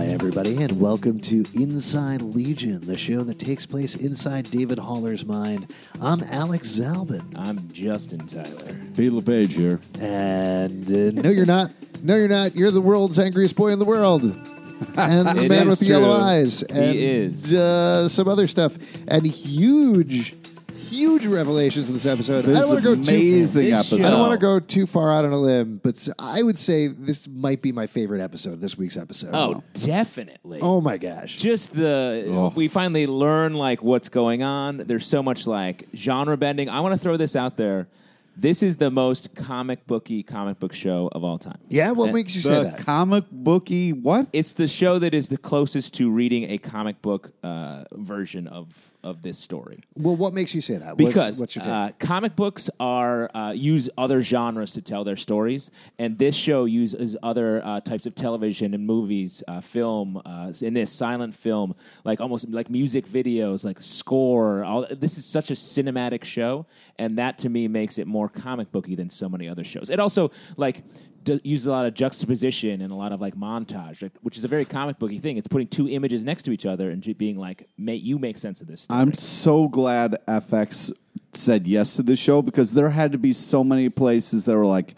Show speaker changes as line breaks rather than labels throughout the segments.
and welcome to Inside Legion, the show that takes place inside David Haller's mind. I'm Alex Zalbin.
I'm Justin Tyler.
Pete LePage here.
And uh, no, you're not. No, you're not. You're the world's angriest boy in the world. And the
It
man
is
with the yellow
true.
eyes.
He
And,
is.
Uh, some other stuff. And huge, huge revelations in this episode. I
This
don't want to go too
amazing
This
episode.
show-
I don't want to go too far out on a limb, but s- I would say this might be my favorite episode, this week's episode.
Oh, definitely.
Oh my gosh.
Just the
Oh.
we finally learn like what's going on. There's so much like genre bending. I want to throw this out there. This is the most comic booky comic book show of all time.
Yeah, what
Uh,
makes you say
the
that?
comic booky what?
It's the show that is the closest to reading a comic book uh, version of of this story.
Well, what makes you say that? What's-
because
what's, your take?
Uh, comic books are uh, use other genres to tell their stories, and this show uses other uh, types of television and movies, uh, film. Uh, in this silent film, like almost like music videos, like score. All this is such a cinematic show, and that to me makes it more comic booky than so many other shows. It also like. d uses a lot of juxtaposition and a lot of like montage, like, which is a very comic booky thing. It's putting two images next to each other and ju- being like, "Mate, you make sense of this." Story.
I'm so glad FX said yes to the show because there had to be so many places that were like,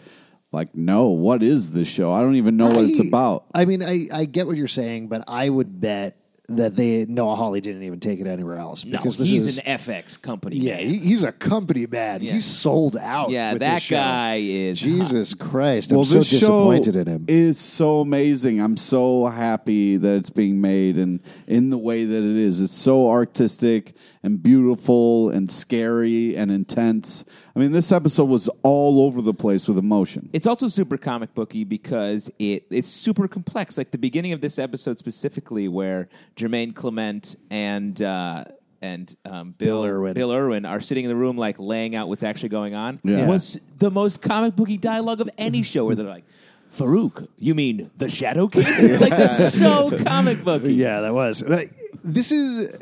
like, no, what is this show? I don't even know what it's
I-
about.
I mean, I, I get what you're saying, but I would bet that they Noah Hawley didn't even take it anywhere else
No,
because this
he's
is
an FX company.
yeah,
man.
he, he's a company man. He's sold out.
yeah,
with
that
this show.
guy is.
Jesus Christ! I'm
Well,
so
this
disappointed
show
in him.
is so amazing. I'm so happy that it's being made and in the way that it is. It's so artistic and beautiful and scary and intense. I mean, this episode was all over the place with emotion.
It's also super comic booky because it it's super complex. Like the beginning of this episode specifically, where Jermaine Clement and. Uh, and um, Bill,
Bill Irwin.
Bill Irwin are sitting in the room, like laying out what's actually going on.
Yeah.
Was the most comic booky dialogue of any show, where they're like, "Farouk, you mean the Shadow King?" like that's so comic booky.
Yeah, that was. Like, This is.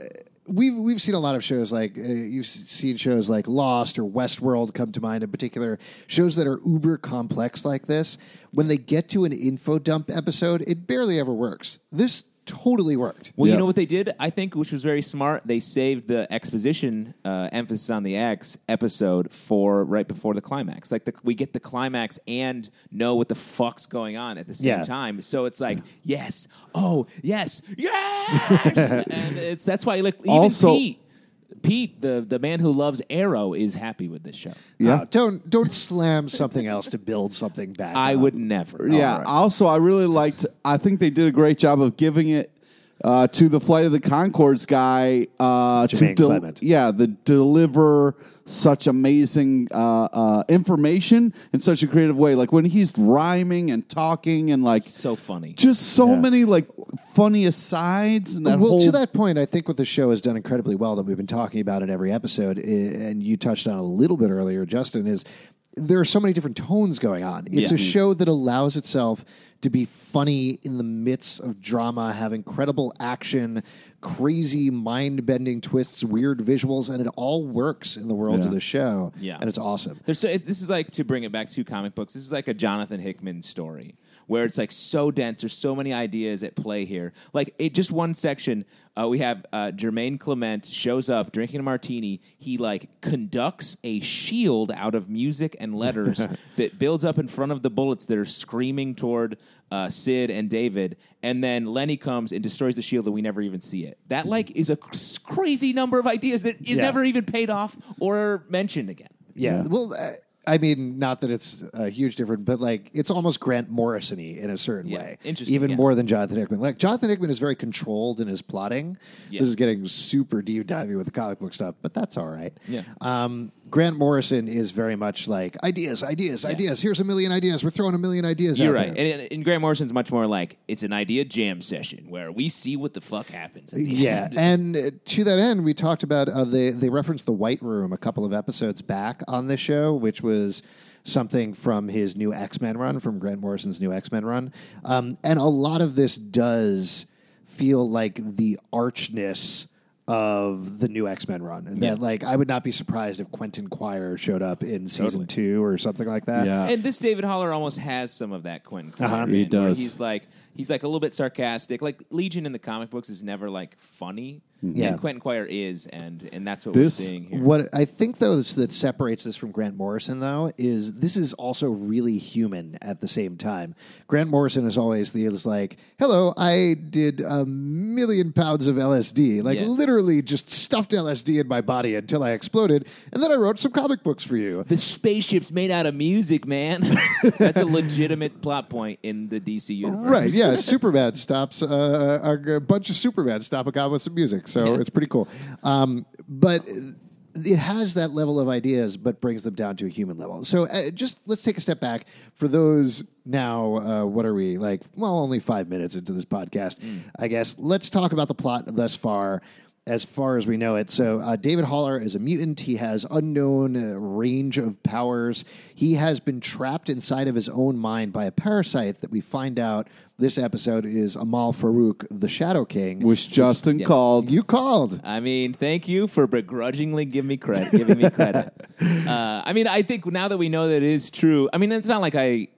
We've we've seen a lot of shows like uh, you've s- seen shows like Lost or Westworld come to mind in particular shows that are uber complex like this. When they get to an info dump episode, it barely ever works. This totally worked.
Well,
Yeah.
you know what they did, I think, which was very smart. They saved the exposition uh, emphasis on the X episode for right before the climax. Like the, we get the climax and know what the fuck's going on at the same
Yeah.
time. So it's like yes, oh yes, yes, and it's that's why like even
Also-
Pete, Pete, the the man who loves Arrow, is happy with this show.
Yeah.
Oh, don't don't slam something else to build something back.
I
up.
would never.
Yeah. Also, I really liked. I think they did a great job of giving it uh, to the Flight of the Concords guy uh, to
Jermaine Clement.
yeah, the deliver such amazing uh, uh, information in such a creative way. Like when he's rhyming and talking and like
so funny.
just so
Yeah.
many like funny asides and that
well,
whole
to that point, I think what the show has done incredibly well that we've been talking about in every episode, i- and you touched on a little bit earlier, Justin, is there are so many different tones going on. It's
Yeah.
Hmm.
a show that allows itself to be funny in the midst of drama, have incredible action, crazy, mind bending twists, weird visuals, and it all works in the world
Yeah.
of the show.
Yeah.
And it's awesome.
There's so, it- this is like to bring it back to comic books. This is like a Jonathan Hickman story where it's like so dense. There's so many ideas at play here. Like it just one section. Uh, we have uh, Jermaine Clement shows up drinking a martini. He like conducts a shield out of music and letters that builds up in front of the bullets that are screaming toward uh, Sid and David. And then Lenny comes and destroys the shield, and we never even see it. That like is a c- crazy number of ideas that is
Yeah.
never even paid off or mentioned again.
Yeah.
Yeah.
Well, uh, I mean, not that it's a huge difference, but like it's almost Grant Morrison y in a certain
Yeah.
way.
Interesting,
Even
yeah.
more than Jonathan Hickman. Like, Jonathan Hickman is very controlled in his plotting.
Yeah.
This is getting super deep diving with the comic book stuff, but that's all right.
Yeah.
Um, Grant Morrison is very much like ideas, ideas, ideas. Here's a million ideas. We're throwing a million ideas
You're
out
right.
there.
And, and Grant Morrison's much more like it's an idea jam session where we see what the fuck happens. At the
Yeah,
end.
and uh, to that end, we talked about uh, they they referenced the White Room a couple of episodes back on this show, which was something from his new X Men run, from Grant Morrison's new X Men run, um, and a lot of this does feel like the archness of the new X Men run. And
Yeah.
that, like, I would not be surprised if Quentin Quire showed up in season
Totally.
two or something like that.
Yeah.
And this David Holler almost has some of that Quentin. Quire
Uh-huh.
in,
He
where
does.
He's like he's like a little bit sarcastic. Like Legion in the comic books is never like funny.
Mm-hmm. Yeah.
And Quentin Quire is, and and that's what
This-
we're seeing here.
What I think though is that separates this from Grant Morrison though is this is also really human at the same time. Grant Morrison is always the is like, "Hello, I did a million pounds of LSD, like
Yeah.
literally just stuffed LSD in my body until I exploded, and then I wrote some comic books for you."
the spaceship's made out of music, man. that's a legitimate plot point in the DC universe.
Right, yeah. Superman stops uh, a, a bunch of Superman stop a guy with some music, so
Yeah.
it's pretty cool. Um, but it has that level of ideas, but brings them down to a human level. So uh, just let's take a step back for those now. Uh, what are we like? Well, only five minutes into this podcast, I guess. Let's talk about the plot thus far. As far as we know it, so uh, David Haller is a mutant. He has unknown uh, range of powers. He has been trapped inside of his own mind by a parasite that we find out this episode is Amal Farouk, the Shadow King.
Which Justin
Yeah.
called.
You called.
I mean, thank you for begrudgingly giving me credit. Giving me credit. uh, I mean, I think now that we know that it is true. I mean, it's not like I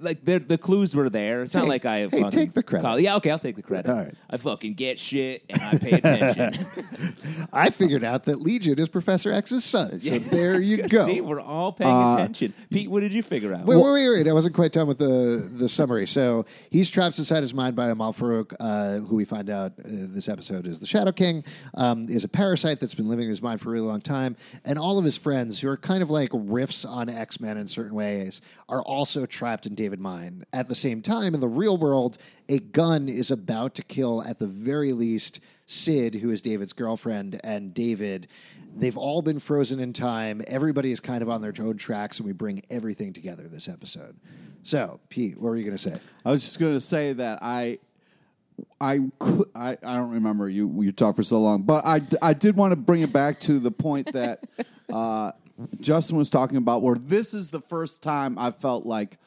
like the the clues were there. It's not
Hey,
like I
hey,
fucking
take the credit.
call- yeah, okay, I'll take the credit.
All right.
I fucking get shit and I pay attention.
I figured out that Legion is Professor X's son. So
Yeah,
there
that's
you
good.
go.
See,
Wait,
we're all paying attention. Pete, what did you figure out?
wait, wait, wait. I wasn't quite done with the, the summary. So he's trapped inside his mind by Amal Farouk, uh, who we find out uh, this episode is the Shadow King, um, is a parasite that's been living in his mind for a really long time. And all of his friends, who are kind of like riffs on X Men in certain ways, are also trapped in David Mine. At the same time, in the real world, a gun is about to kill, at the very least, Sid, who is David's girlfriend, and David, they've all been frozen in time. Everybody is kind of on their own tracks, and we bring everything together this episode. So, Pete, what were you going to say?
I was just going to say that I, I, cou- I, I don't remember you. You talked for so long, but I, d- I did want to bring it back to the point that uh, Justin was talking about, where this is the first time I felt like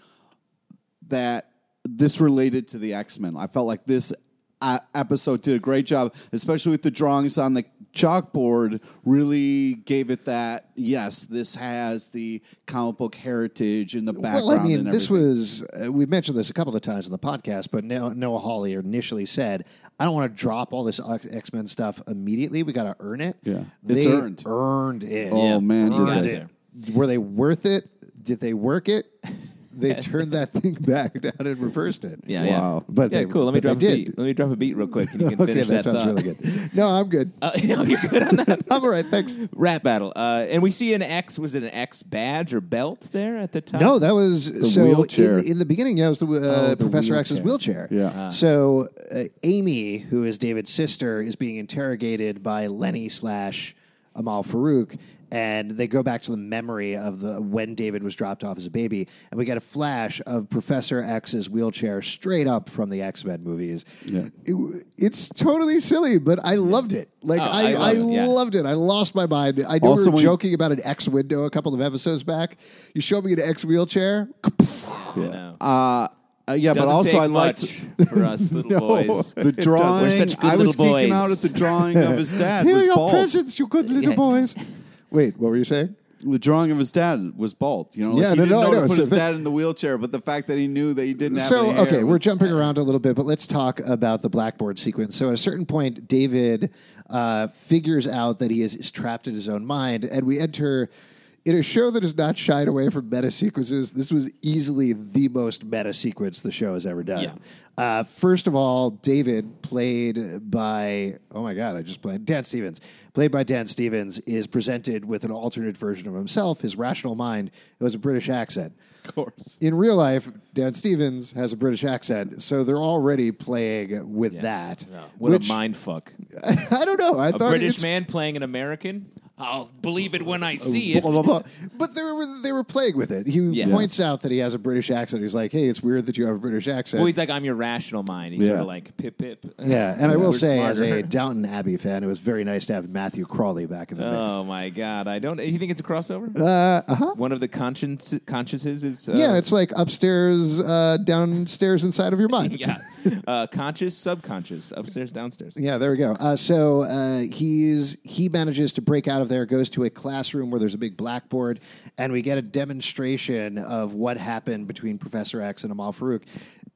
that this related to the X Men. I felt like this uh, episode did a great job, especially with the drawings on the chalkboard, really gave it that. Yes, this has the comic book heritage in the background.
Well, I mean,
and
this
everything.
was, uh, we've mentioned this a couple of times in the podcast, but no- Noah Hawley initially said, I don't want to drop all this X Men stuff immediately. We got to earn it.
Yeah.
They
It's earned.
Earned it.
Oh,
Yeah.
man, did
Got
Earned
they.
there.
it. Were they worth it? Did they work it? They turned that thing back down and reversed it.
Yeah,
Wow.
yeah.
But
yeah,
they-
cool. Let me
but they
drop a
did.
beat. Let me drop a beat real quick, and you can
Okay,
finish
that
that.
sounds
thought.
really good. No, I'm good.
Uh, no, you're good on that.
I'm all right. Thanks.
Rap battle, uh, and we see an X. Was it an X badge or belt there at the top?
No, that was so
wheelchair. Oh,
In, in the beginning. Yeah, it was the, uh,
the
Professor X's
wheelchair.
wheelchair.
Yeah.
Ah.
So uh, Amy, who is David's sister, is being interrogated by Lenny slash Amal Farouk, and they go back to the memory of the when David was dropped off as a baby, and we get a flash of Professor X's wheelchair straight up from the X Men movies.
Yeah.
It- it's totally silly, but I loved it. Like
Oh,
I,
I
I,
love it, yeah.
loved it. I lost my mind. I know
Also,
we were
when-
joking about an X window a couple of episodes back. You show me an X wheelchair.
no.
Uh, uh, yeah,
Doesn't
but also
take
I liked
much for us little boys.
the drawing.
We're such good
I was
little
geeking
boys.
out at the drawing of his dad.
Here are
was
your
bald.
presents, you good little
Yeah.
boys. Wait, what were you saying?
The drawing of his dad was bald. You know, like
Yeah,
he
no,
didn't
no, I
know,
know.
to put
So
his
that-
dad in the wheelchair, but the fact that he knew that he didn't have
So
any hair
okay, we're
was-
jumping around a little bit, but let's talk about the blackboard sequence. So at a certain point, David uh, figures out that he is, is trapped in his own mind, and we enter in a show that has not shied away from meta sequences. This was easily the most meta sequence the show has ever done.
Yeah.
Uh, first of all, David, played by oh my god, I just played Dan Stevens, played by Dan Stevens, is presented with an alternate version of himself, his rational mind. It was a British accent.
of course.
In real life, Dan Stevens has a British accent, so they're already playing with that.
What
which
a mind fuck.
I don't know. I
A
thought
British
it's Oh,
man playing an American? I'll believe it when I see
blah,
it.
blah, blah. But they were they were playing with it. He
Yeah.
points out that he has a British accent. He's like, "Hey, it's weird that you have a British accent."
Well, he's like, I'm your rational mind. He's
Yeah.
sort of like, pip, pip.
yeah, and I will
We're
say, as a
smarter.
Downton Abbey fan, it was very nice to have Matthew Crawley back in the mix.
Oh, my God. I don't. You think it's a crossover?
Uh huh.
One of the conscience, consciences is. Uh,
Yeah, it's like upstairs, uh, downstairs, inside of your mind.
Yeah. uh, conscious, subconscious, upstairs, downstairs.
Yeah, there we go. Uh, so uh, he's he manages to break out of there, goes to a classroom where there's a big blackboard, and we get a demonstration of what happened between Professor X and Amal Farouk.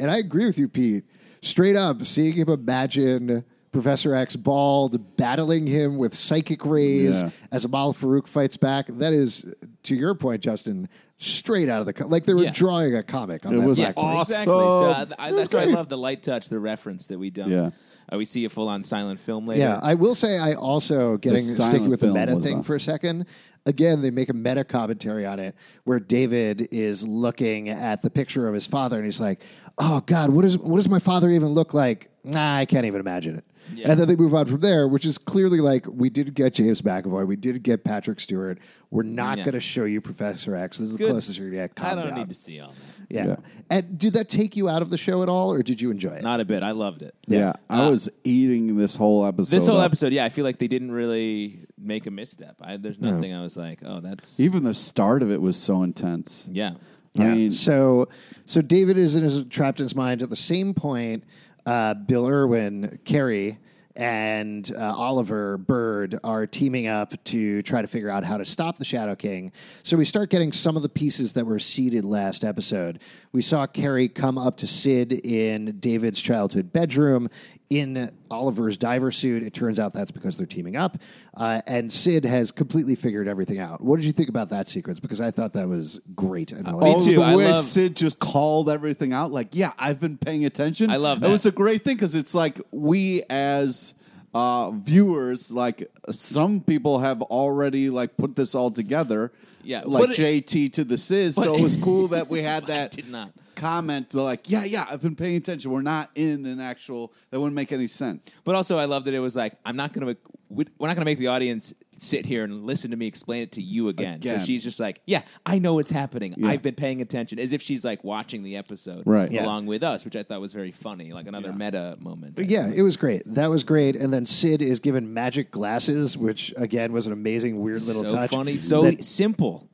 And I agree with you, Pete. Straight up, seeing him imagine Professor X bald battling him with psychic rays
Yeah.
as Amal Farouk fights back. That is, to your point, Justin. Straight out of the co- like they were
Yeah.
drawing a comic on
It
that
was
blackboard.
Exactly. So
Awesome.
I, I, that's why I love the light touch, the reference that we done.
Yeah.
Uh, we see a full on silent film later.
Yeah, I will say I also getting
silent
sticking with the
film
meta
was
thing
awesome.
for a second. Again, they make a meta commentary on it where David is looking at the picture of his father and he's like, "Oh God, what is what does my father even look like? Nah, I can't even imagine it."
Yeah.
And then they move on from there, which is clearly like we did get James McAvoy, we did get Patrick Stewart. We're not
Yeah.
going to show you Professor X. This is
Good.
the closest you're going to get.
I
Calm
don't
down.
need to see all that.
Yeah.
Yeah.
And did that take you out of the show at all, or did you enjoy it?
Not a bit. I loved it.
Yeah,
uh,
I was eating this whole episode.
This whole
up.
episode, yeah, I feel like they didn't really make a misstep. I, there's nothing I was like, oh, that's
Even the start of it was so intense.
yeah.
I
Yeah.
mean,
so so David is in his, trapped in his mind. At the same point, uh, Bill Irwin, Carrie, and uh, Oliver Bird are teaming up to try to figure out how to stop the Shadow King. So we start getting some of the pieces that were seeded last episode. We saw Carrie come up to Sid in David's childhood bedroom in Oliver's diver suit. It turns out that's because they're teaming up. Uh, and Sid has completely figured everything out. What did you think about that sequence? Because I thought that was great. And I liked
oh,
it.
Me too.
the
I
way
love-
Sid just called everything out. Like, yeah, I've been paying attention.
I love
It
that.
was a great thing because it's like we as uh, viewers, like some people have already like put this all together.
Yeah,
like
but
JT to the Sis. So it was cool that we had that
did not.
comment. Like, yeah, yeah, I've been paying attention. We're not in an actual. That wouldn't make any sense.
But also, I love that it was like, I'm not gonna, we- we're not gonna make the audience sit here and listen to me explain it to you again. So
Again.
she's just like, yeah, I know what's happening. I've been paying attention, as if she's like watching the episode
Right. Yeah.
along with us, which I thought was very funny, like another meta moment.
Yeah, it was great. That was great. And then Sid is given magic glasses, which again was an amazing, weird little
so
touch.
funny, so
that,
simple.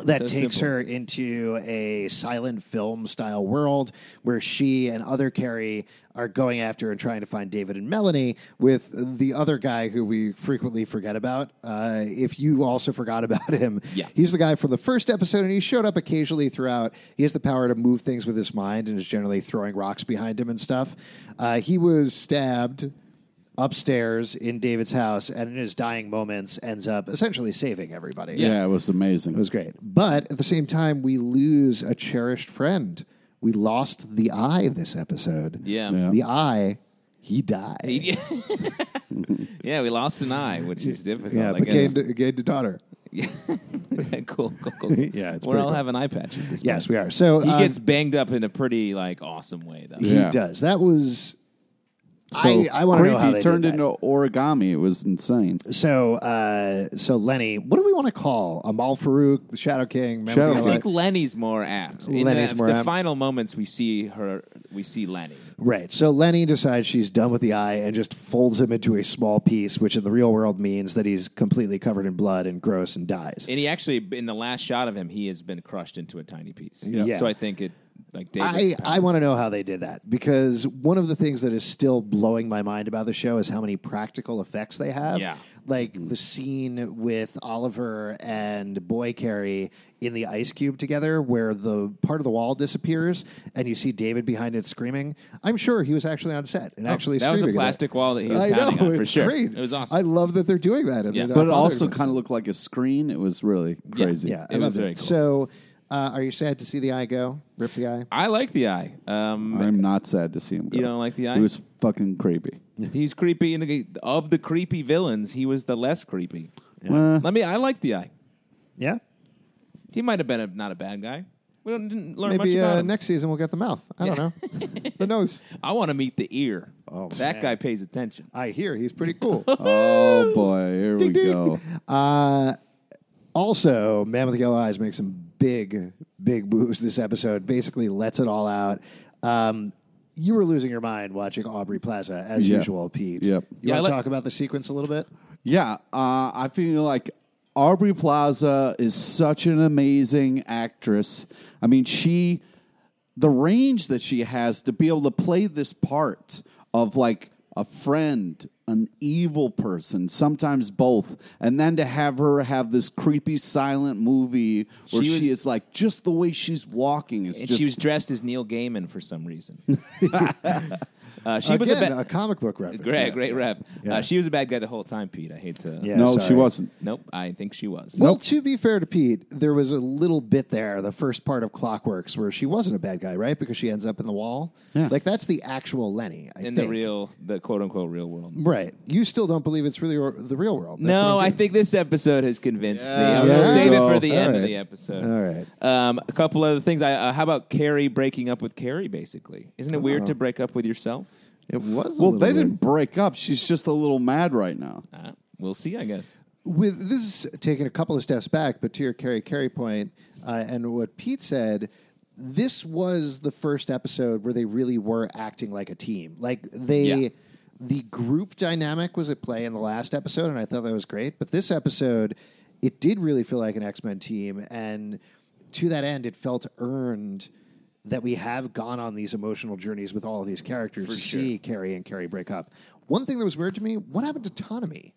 that
So
takes
simple.
her into a silent film style world where she and other Carrie are going after and trying to find David and Melanie with the other guy who we frequently forget about. Uh, if you also forgot about him,
Yeah.
he's the guy from the first episode, and he showed up occasionally throughout. He has the power to move things with his mind and is generally throwing rocks behind him and stuff. Uh, he was stabbed upstairs in David's house, and in his dying moments, ends up essentially saving everybody.
it was amazing.
It was great. But at the same time, we lose a cherished friend. We lost the eye this episode.
Yeah.
Yeah.
The eye, he died.
Yeah. yeah, we lost an eye, which is difficult.
yeah,
I
but
guess.
gained, gained a daughter.
Yeah. cool, cool, cool.
Yeah, it's
we're
pretty
all
cool.
having eye patches. This
Yes,
point.
we are. So
He
um,
gets banged up in a pretty like awesome way, though.
He
Yeah.
does. That was. I, I want to
creepy
know how they
turned
did that.
into origami. It was insane.
So, uh, so Lenny, what do we want to call Amal Farouk, the Shadow King? Mem- you
Shadow
I
know
King.
think
what?
Lenny's more apt. In
Lenny's
the,
more
the
apt.
final moments, we see her. We see Lenny.
Right. So Lenny decides she's done with the eye and just folds him into a small piece, which in the real world means that he's completely covered in blood and gross and dies.
And he actually, in the last shot of him, he has been crushed into a tiny piece.
Yeah.
So I think it, like David's
I, I want to know how they did that because one of the things that is still blowing my mind about the show is how many practical effects they have.
Yeah.
Like the scene with Oliver and Boy Carrie in the ice cube together, where the part of the wall disappears and you see David behind it screaming. I'm sure he was actually on set and actually
Oh, that was a
screaming at it.
plastic wall that he was
I
pounding
know
on for
it's
sure.
great.
It was awesome.
I love that they're doing that. and
Yeah.
they're not
But it
bothering
also
us.
kind of looked like a screen. It was really
Yeah.
crazy.
yeah, I
it was
loved
very
it.
cool.
So, uh, are you sad to see the eye go? Rip the eye.
I like the eye. Um,
I'm not sad to see him go.
You don't like the eye?
He was fucking creepy.
He's creepy, and the- of the creepy villains, he was the less creepy.
Uh,
Let me. I like the eye.
Yeah.
He might have been a, not a bad guy. We don't, didn't learn much
Maybe
about
uh,
him.
next season we'll get the mouth. I don't know. the nose.
I want to meet the ear. Oh, that
man.
guy pays attention.
I hear he's pretty cool.
oh boy, here we
ding.
go.
uh, also, Man with the Yellow Eyes makes some big, big moves this episode. Basically, lets it all out. Um, you were losing your mind watching Aubrey Plaza as
Yeah.
usual, Pete.
Yep.
You
Yeah, I
want
li-
to talk about the sequence a little bit?
Yeah, uh, I feel like Aubrey Plaza is such an amazing actress. I mean, she the range that she has to be able to play this part of like a friend, an evil person, sometimes both, and then to have her have this creepy silent movie where
She
she,
was-
is like just the way she's walking is
and
just
she was dressed as Neil Gaiman for some reason. uh, she was a
Again,
bad,
a comic book reference.
great, great rep.
Yeah.
Uh, she was a bad guy the whole time, Pete. I hate to.
Yeah.
no, she
sorry.
wasn't.
Nope, I think she was.
Well, to be fair to Pete, there was a little bit there, the first part of Clockworks, where she wasn't a bad guy, right? Because she ends up in the wall.
Yeah.
Like that's the actual Lenny. I
in
think.
the real, the quote unquote real world.
right? You still don't believe it's really or- the real world? That's
no,
what
I
I'm
think this episode has convinced me.
Yeah,
I'm
there
gonna
we
save
go.
it for the
All
end of
right.
the episode.
getting- All right.
Um, a couple other things. I, uh, how about Carrie breaking up with Carrie? Basically, isn't it weird to break up with yourself?
It was.
Well, they didn't break up. She's just a little mad right now.
Uh, we'll see. I guess.
with this is taking a couple of steps back, but to your Carrie Carey point uh, and what Pete said, this was the first episode where they really were acting like a team. Like they,
Yeah.
the group dynamic was at play in the last episode, and I thought that was great. But this episode, it did really feel like an X Men team, and to that end, it felt earned. That we have gone on these emotional journeys with all of these characters to see Carrie and Carrie break up. One thing that was weird to me: what happened to Tanami?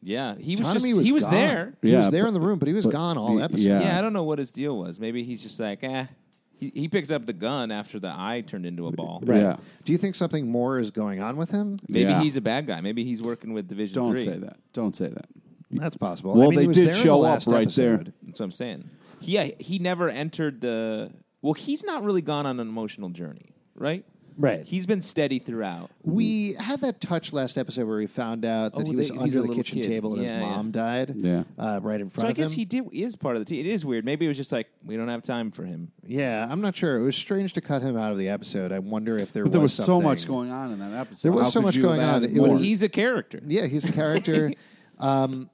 Yeah, he was
Tanami
just
was
he was
gone.
there.
He
Yeah,
was there
but-
in the room, but he was gone all
y-
episode.
yeah.
Yeah, I don't know what his deal was. Maybe he's just like, eh. He, he picked up the gun after the eye turned into a ball.
Right.
Yeah.
Do you think something more is going on with him?
Maybe
Yeah.
he's a bad guy. Maybe he's working with Division
Don't
Three.
say that. Don't say that.
That's possible. I
Well,
mean,
they
he was
did
there in the
show up
last
right there.
episode.
That's what I'm saying. He, yeah, he never entered the. Well, he's not really gone on an emotional journey, right?
Right.
He's been steady throughout.
We had that touch last episode where we found out that
Oh,
he was
they- he's
under
a
the
little
kitchen
kid.
table and
Yeah,
his
yeah.
mom died.
Yeah.
Uh, right in front
So I
of him.
guess he did is part of the team. It is weird. Maybe it was just like we don't have time for him.
Yeah, I'm not sure. It was strange to cut him out of the episode. I wonder if there
But there was
was
so much
something-
going on in that episode.
There was
How
so
could
much
you have
going on.
added
It was-
more?
But he's a character.
Yeah, he's a character. um,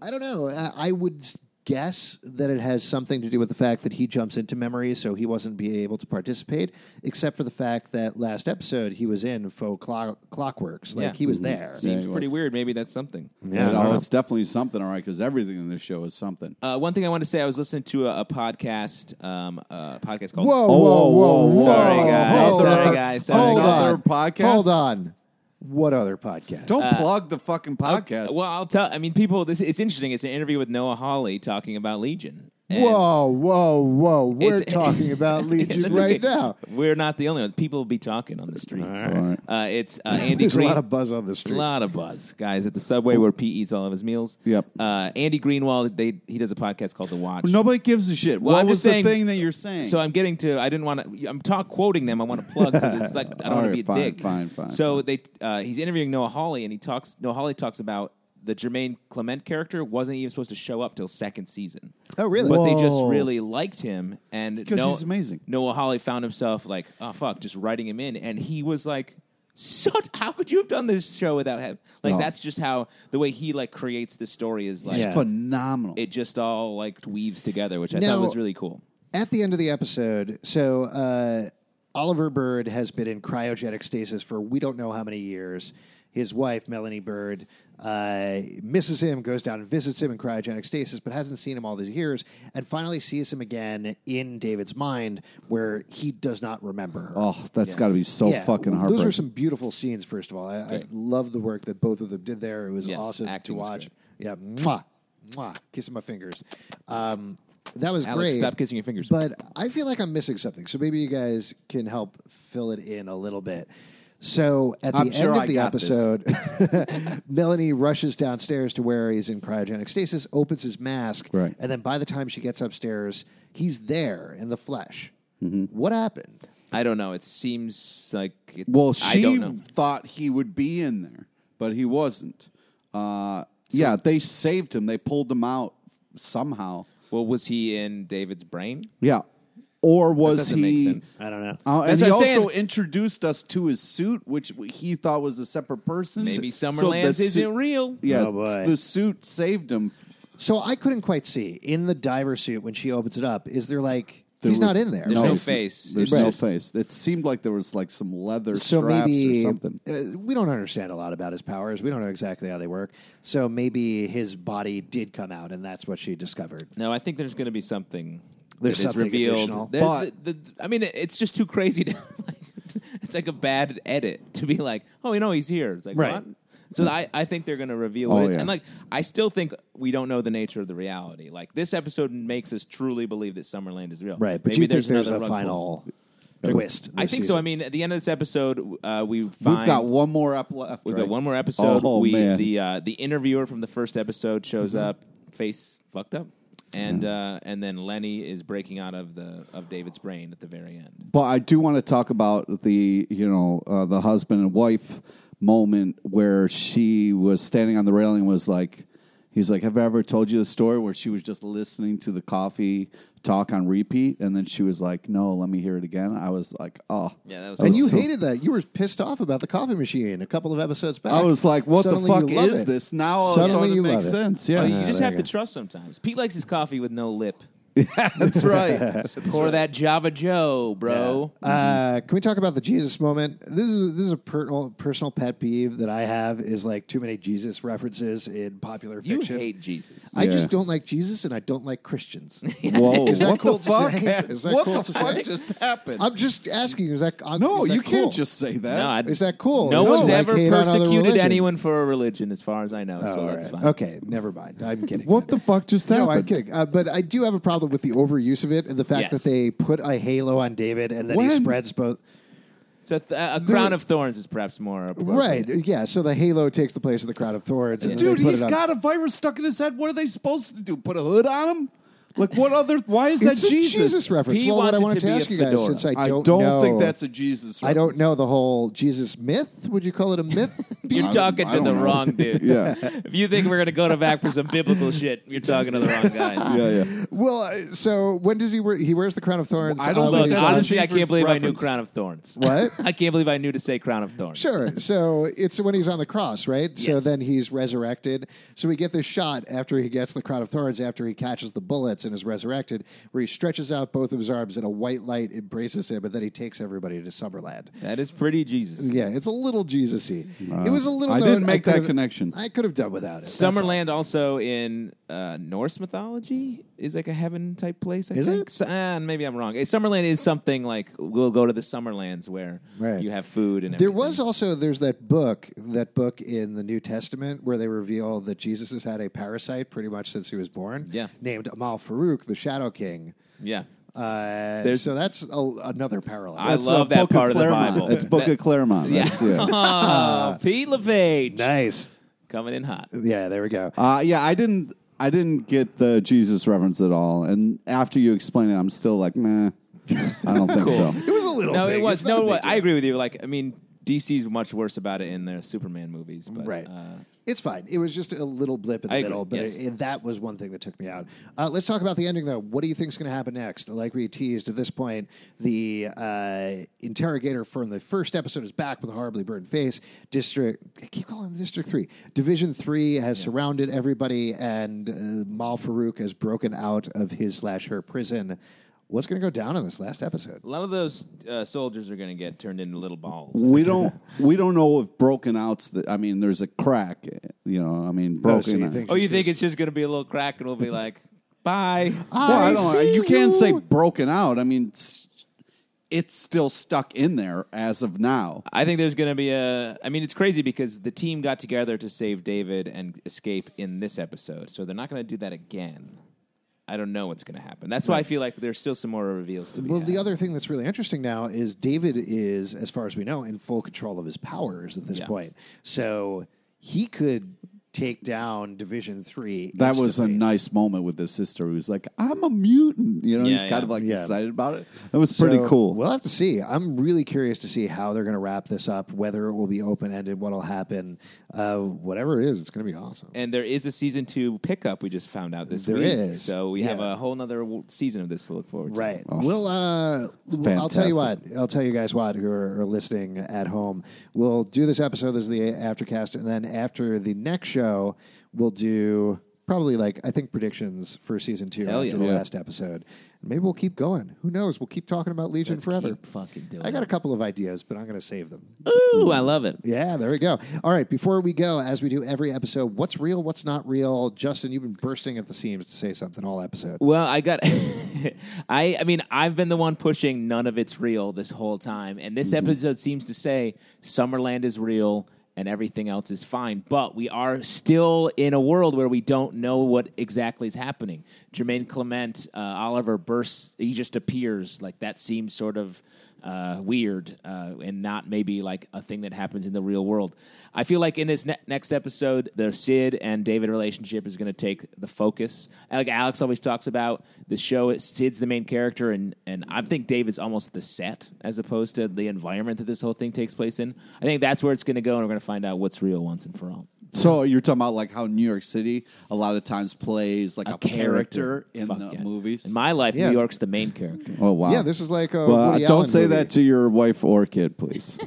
I don't know. I, I would s- guess that it has something to do with the fact that he jumps into memories, so he wasn't be able to participate, except for the fact that last episode he was in faux clock, clockworks. Like
Yeah.
he was there.
Mm-hmm.
uh,
Yeah,
Seems
he
pretty
was.
weird. Maybe that's something.
Yeah, I
Yeah,
don't know.
it's definitely something, all right, because everything in this show is something.
Uh, one thing I want to say, I was listening to a, a podcast, um, a podcast called
Whoa,
Oh,
whoa, whoa,
whoa,
whoa.
Sorry, guys.
Hold
Sorry,
on.
guys. Sorry,
Hold
guys.
on.
Other podcast?
Hold on. What other podcast?
Don't plug the fucking podcast.
uh, Well, I'll tell. I mean, people. This it's interesting. It's an interview with Noah Hawley talking about Legion. And
Whoa, whoa, whoa. We're
It's-
talking about Legion
That's
right
okay.
now.
We're not the only one. People will be talking on the streets.
All right.
Uh, it's uh, Andy
There's a
Green.
lot of buzz on the streets.
lot of buzz, guys, at the subway where Pete eats all of his meals.
Yep.
Uh, Andy Greenwald, they he does a podcast called The Watch.
Nobody gives a shit.
Well,
what
I'm
was
just
the
saying-
thing that you're saying?
So I'm getting to. I didn't want to. I'm talk quoting them. I want to plug. So it's like I don't
All
want to
right,
be a
fine,
dick.
fine, fine.
So they. Uh, he's interviewing Noah Hawley, and he talks. Noah Hawley talks about the Jermaine Clement character wasn't even supposed to show up till second season.
Oh, really?
But they just
Whoa.
really liked him, and
'Cause
Noah-
he's amazing.
Noah Hawley found himself like, oh fuck, just writing him in, and he was like. So how could you have done this show without him? Like
No.
that's just how the way he like creates the story is like
it's phenomenal.
it just all like weaves together, which I
Now-
thought was really cool.
At the end of the episode, so uh, Oliver Bird has been in cryogenic stasis for we don't know how many years. His wife, Melanie Bird, uh, misses him, goes down and visits him in cryogenic stasis, but hasn't seen him all these years, and finally sees him again in David's mind where he does not remember her.
oh, that's got to be so
Yeah.
fucking heartbreaking.
Those were some beautiful scenes, first of all. I, I love the work that both of them did there. It was
Yeah,
awesome to
acting was
watch. Yeah, mwah, mwah, kissing my fingers. Um, that was
Alex,
great.
stop kissing your fingers.
But I feel like I'm missing something, so maybe you guys can help fill it in a little bit. So at the
I'm
end
sure
of
I
the
got this.
episode, Melanie rushes downstairs to where he's in cryogenic stasis, opens his mask,
Right.
and then by the time she gets upstairs, he's there in the flesh.
Mm-hmm.
What happened?
I don't know. It seems like it,
well,
I don't
she
know.
thought he would be in there, but he wasn't. Uh, yeah, they saved him. They pulled him out somehow.
Well, was he in David's brain?
Yeah. Or was
doesn't
he?
make sense.
I don't know.
Uh, and
That's
he
what I'm
also
saying.
introduced us to his suit, which he thought was a separate person.
Maybe
So
Summerlands
the
isn't real.
Yeah,
Oh, boy.
the suit saved him.
So I couldn't quite see in the diver suit when she opens it up. Is there like
There
he's not
was-
in there?
There's no
it's-
face.
There's
It's
no
just-
face. It seemed like there was like some leather
so
straps
maybe
or something.
Uh, we don't understand a lot about his powers. We don't know exactly how they work. So maybe his body did come out, and that's what she discovered.
No, I think there's going to be something.
There's
that is
something additional.
revealed. There-
But-
the, the, I mean, it's just too crazy to. Like, it's like a bad edit to be like, oh, you know, he's here. It's like
Right.
what? So I, I think they're going to reveal
Oh,
it. is.
yeah.
And like, I still think we don't know the nature of the reality. Like this episode makes us truly believe that Summerland is real.
Right, but
Maybe
you think there's,
another
a
rug pull.
final twist.
I
this
think so.
season.
I mean, at the end of this episode, uh, we find
We've got one more up left.
We've
right?
got one more episode.
Oh,
we,
man.
The uh, the interviewer from the first episode shows
Mm-hmm.
up, face fucked up, and uh, and then Lenny is breaking out of the of David's brain at the very end.
But I do want to talk about the you know uh, the husband and wife moment where she was standing on the railing and was like, he's like, have I ever told you the story where she was just listening to the coffee talk on repeat and then she was like, no, let me hear it again. I was like, oh,
Yeah, that was-
I
and you
so-
hated that. You were pissed off about the coffee machine a couple of episodes back.
I was like, what
Suddenly
the
you
fuck
love
is
it.
this? Now all
Suddenly
suddenly
you
it makes
love it.
sense. Yeah,
Oh,
Yeah,
you just
there
have
you
to
go.
trust sometimes. Pete likes his coffee with no lip.
that's right.
Pour that Java Joe, bro.
Uh, can we talk about the Jesus moment? This is this is a per- personal pet peeve that I have is like too many Jesus references in popular
You
fiction.
hate Jesus.
I
Yeah.
just don't like Jesus and I don't like Christians.
Whoa,
Is that
what
cool
the
to
fuck?
say? Is that
what
cool
the
to
fuck
say?
just happened?
I'm just asking. Is that I'm-
no,
is that
you
cool?
can't just say that.
No, I-
Is that cool?
No
Is
one's
it like
ever
hate on other
persecuted
religions?
anyone for a religion, as far as I know.
Oh,
so
all
that's
right.
fine.
Okay, never mind. I'm kidding.
what the fuck just happened?
No, I'm kidding. Uh, but I do have a problem with the overuse of it and the fact
Yes.
that they put a halo on David and then he
When?
spreads both.
So th- a crown of thorns is perhaps more appropriate.
Right. Yeah. So the halo takes the place of the crown of thorns. and
Dude,
they put
he's
it on-
got a virus stuck in his head. What are they supposed to do? Put a hood on him? Like what other? Why is
It's
that
a Jesus,
Jesus?
reference.
He
well, what
wants
I
it
wanted
to
to,
be a
ask you guys,
fedora.
since I don't,
I don't
know,
think that's a Jesus.
I don't
reference.
know the whole Jesus myth. Would you call it a myth? Um,
You're
I-
talking
I
to
don't
the
know.
wrong dude.
Yeah.
If you think we're going to go to back for some biblical shit, you're talking to the wrong guys.
Yeah, yeah.
well, uh, so when does he wear? He wears the crown of thorns. Uh,
I don't
on
think
the
Look,
It's
inside.
a
honestly, I
Jeepers
can't believe I knew
reference.
Crown of Thorns.
What?
I can't believe I knew to say Crown of Thorns.
Sure. So it's when he's on the cross, right? So
Yes.
then he's resurrected. So we get this shot after he gets the crown of thorns, after he catches the bullets and is resurrected, where he stretches out both of his arms and a white light embraces him, and then he takes everybody to Summerland.
That is pretty Jesus.
Yeah, it's a little Jesus-y. it was a little.
I
known-
didn't make that
could've-
connection.
I could have done without it. That's
Summerland also in uh, Norse mythology is like a heaven type place. I
Is
think.
it?
So- ah, maybe I'm wrong. Eh, Summerland is something like we'll go to the Summerlands where
Right.
you have food and
There
everything.
was also there's that book that book in the New Testament where they reveal that Jesus has had a parasite pretty much since he was born.
Yeah.
named Amal Farouk, the Shadow King.
yeah.
Uh,
There's-
so that's a, another parallel.
I
That's, uh,
love that
Book
part of the
Claremont.
Bible.
It's Book
That-
of Claremont. That's, yeah.
Oh, Pete LePage
nice.
coming in hot.
Yeah, there we go.
Uh, yeah, I didn't. I didn't get the Jesus reference at all. And after you explain it, I'm still like, meh. I don't think so.
It was a little.
No,
thing.
it was
It's not a
no. It
big
was,
deal.
I agree with you. Like, I mean, DC's much worse about it in their Superman movies. But,
Right.
Uh,
it's fine. It was just a little blip in the
I agree,
middle, but
yes.
it- that was one thing that took me out. Uh, let's talk about the ending, though. What do you think is going to happen next? Like we teased at this point, the uh, interrogator from the first episode is back with a horribly burned face. District, I keep calling it District 3. Division 3 has surrounded everybody, and uh, Mal Farouk has broken out of his slash her prison. What's going to go down in this last episode?
a lot of those uh, soldiers are going to get turned into little balls.
We don't. We don't know if broken out's. The, I mean, there's a crack. You know. I mean, broken.
so you
out.
think-
Oh, you think it's just going to be a little crack, and we'll be like, bye.
Well, I,
I
don't.
see
you can't say
you.
broken out. I mean, it's, it's still stuck in there as of now.
I think there's going to be a. I mean, it's crazy because the team got together to save David and escape in this episode, so they're not going to do that again. I don't know what's going to happen. That's why I feel like there's still some more reveals to be.
Well, the
had.
other thing that's really interesting now is David is, as far as we know, in full control of his powers at this
Yeah.
point. So he could take down Division Three.
That was a
instantly.
nice moment with his sister. Who's like, "I'm a mutant," you know.
Yeah,
he's kind
yeah.
of like
Yeah.
excited about it. That was pretty
So
cool.
We'll have to see. I'm really curious to see how they're going to wrap this up. Whether it will be open ended, what'll happen, uh, whatever it is, it's going to be awesome.
and there is a season two pickup we just found out this
There
week.
is.
So we have
Yeah.
a whole nother w- season of this to look forward to.
Right.
oh,
We'll. Uh, we'll- I'll tell you what. I'll tell you guys what who are, are listening at home. We'll do this episode as the aftercast, and then after the next show, we'll do probably like I think predictions for season two
Hell
after
yeah.
the
Yeah.
last episode. Maybe we'll keep going. Who knows? We'll keep talking about Legion
Let's
forever.
keep fucking doing
I got a couple of ideas, but I'm going to save them.
Ooh, I love it.
Yeah, there we go. All right, before we go, as we do every episode, what's real, what's not real? Justin, you've been bursting at the seams to say something all episode.
Well, I got. I I mean, I've been the one pushing none of it's real this whole time, and this
Mm-hmm.
episode seems to say Summerland is real and everything else is fine. But we are still in a world where we don't know what exactly is happening. Jermaine Clement, uh, Oliver bursts. He just appears. Like that seems sort of. Uh, weird uh, and not maybe like a thing that happens in the real world. I feel like in this ne- next episode, the Sid and David relationship is going to take the focus. Like Alex always talks about, the show is Sid's the main character, and and I think David's almost the set as opposed to the environment that this whole thing takes place in. I think that's where it's going to go, and we're going to find out what's real once and for all.
So you're talking about like how New York City a lot of times plays like a, character, in
Fuck
the
yeah.
movies.
In my life,
Yeah.
New York's the main character.
oh wow!
Yeah, this is like a
Well,
Woody
don't
Allen
say
movie.
that to your wife or kid, please.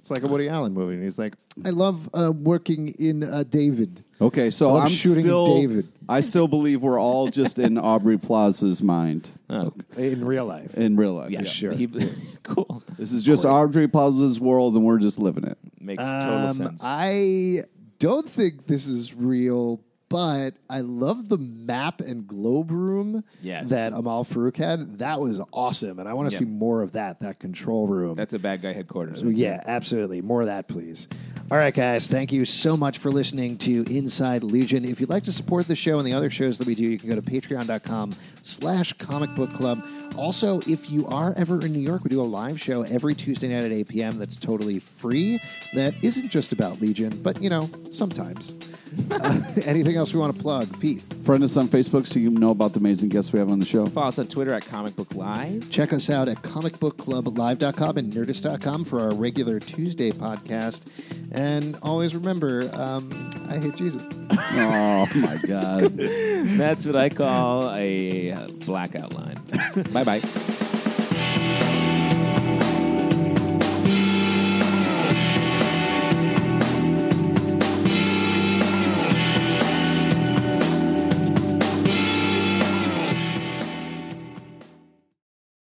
It's like a Woody Allen movie, and he's like, "I
Mm.
love uh, working in uh, David."
Oh.
Okay, so
I'm
I'm
shooting
still,
David.
I still believe we're all just in Aubrey Plaza's mind
Oh,
in real life.
in real life.
yeah,
Yeah.
sure.
He- cool.
This is just Aubrey Plaza's world, and we're just living it.
Makes total sense.
Um, I don't think this is real, but I love the map and globe room
Yes.
that Amal Farouk had. That was awesome, and I want to
Yeah.
see more of that. That control room.
that's a bad guy headquarters.
Yeah, absolutely. More of that, please. All right, guys. Thank you so much for listening to Inside Legion. If you'd like to support the show and the other shows that we do, you can go to patreon.com slash comic book club. Also, if you are ever in New York, we do a live show every Tuesday night at 8 p.m. that's totally free. That isn't just about Legion, but, you know, sometimes. Uh, anything else we want to plug? Pete,
Friend us on Facebook so you know about the amazing guests we have on the show.
Follow us on Twitter at Comic Book Live.
check us out at comicbookclublive.com and nerdist.com for our regular Tuesday podcast. And always remember, um, I hate Jesus.
oh my god.
That's what I call a uh, blackout line. bye bye.